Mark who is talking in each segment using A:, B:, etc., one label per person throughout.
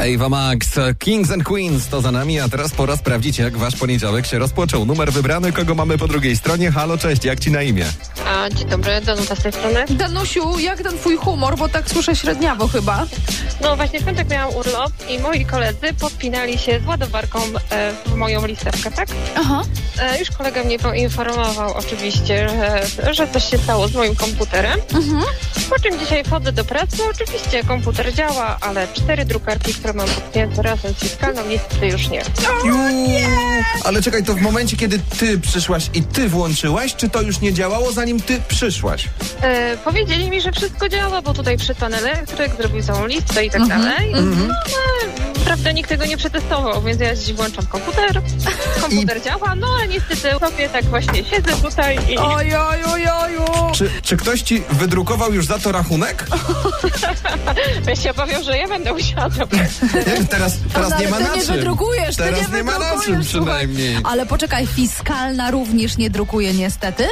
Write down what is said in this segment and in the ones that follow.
A: Ewa Max, Kings and Queens to za nami, a teraz pora sprawdzić, jak wasz poniedziałek się rozpoczął. Numer wybrany, kogo mamy po drugiej stronie. Halo, cześć, jak ci na imię?
B: A, dzień dobry, Danuta z tej strony.
C: Danusiu, jak ten twój humor, bo tak słyszę średniawo chyba.
B: No właśnie w piątek miałam urlop i moi koledzy podpinali się z ładowarką e, w moją listewkę, tak?
C: Aha.
B: E, już kolega mnie poinformował oczywiście, że, że coś się stało z moim komputerem. Po czym dzisiaj wchodzę do pracy, oczywiście komputer działa, ale cztery drukarki, które mam podpięte razem z fiskalną, niestety już nie.
D: Ale czekaj, to w momencie, kiedy ty przyszłaś i ty włączyłaś, czy to już nie działało, zanim ty przyszłaś?
B: E, powiedzieli mi, że wszystko działa, bo tutaj przy pan elektryk zrobił całą listę i tak dalej. No, ale, prawda, nikt tego nie przetestował, więc ja dziś włączam komputer. Komputer działa, no ale niestety sobie tak właśnie siedzę tutaj i
C: Oj, oj, oj, oj. oj.
D: Czy, czy ktoś ci wydrukował już za to rachunek?
B: ja się obawiam, że ja będę musiała to
D: Nie, teraz
C: No,
D: teraz
C: ale
D: nie ma
C: ty
D: na
C: nie
D: czym.
C: wydrukujesz, ty
D: Teraz
C: nie
D: nie ma na
C: wydrukujesz,
D: czym
C: słuchaj.
D: przynajmniej.
C: Ale poczekaj, fiskalna również nie drukuje niestety.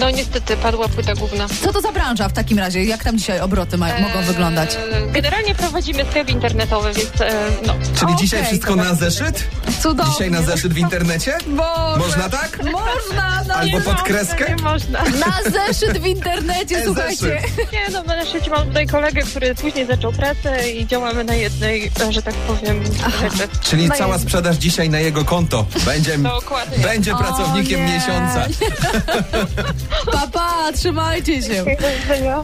B: No niestety padła płyta główna.
C: Co to za branża w takim razie? Jak tam dzisiaj obroty ma- mogą wyglądać?
B: E, Generalnie prowadzimy sklep internetowy, więc e, no.
D: Czyli dzisiaj
C: Okej,
D: wszystko na zeszyt?
C: Cudownie.
D: Dzisiaj na zeszyt w internecie?
C: Boże.
D: Można tak?
C: Można, no
D: Albo
C: nie
D: pod
C: ma.
D: kreskę?
B: Nie można.
C: Na zeszyt w
D: E,
C: internecie, słuchajcie.
B: Nie, no na szczęście mam tutaj kolegę, który później zaczął pracę i działamy na jednej, e, że tak powiem, rzeczy.
D: Czyli
C: No i- No
D: cała sprzedaż dzisiaj na jego konto. Będzie,
B: Dokładnie.
D: będzie pracownikiem
C: nie.
D: miesiąca.
C: Papa, trzymajcie się.
B: Dziękuję.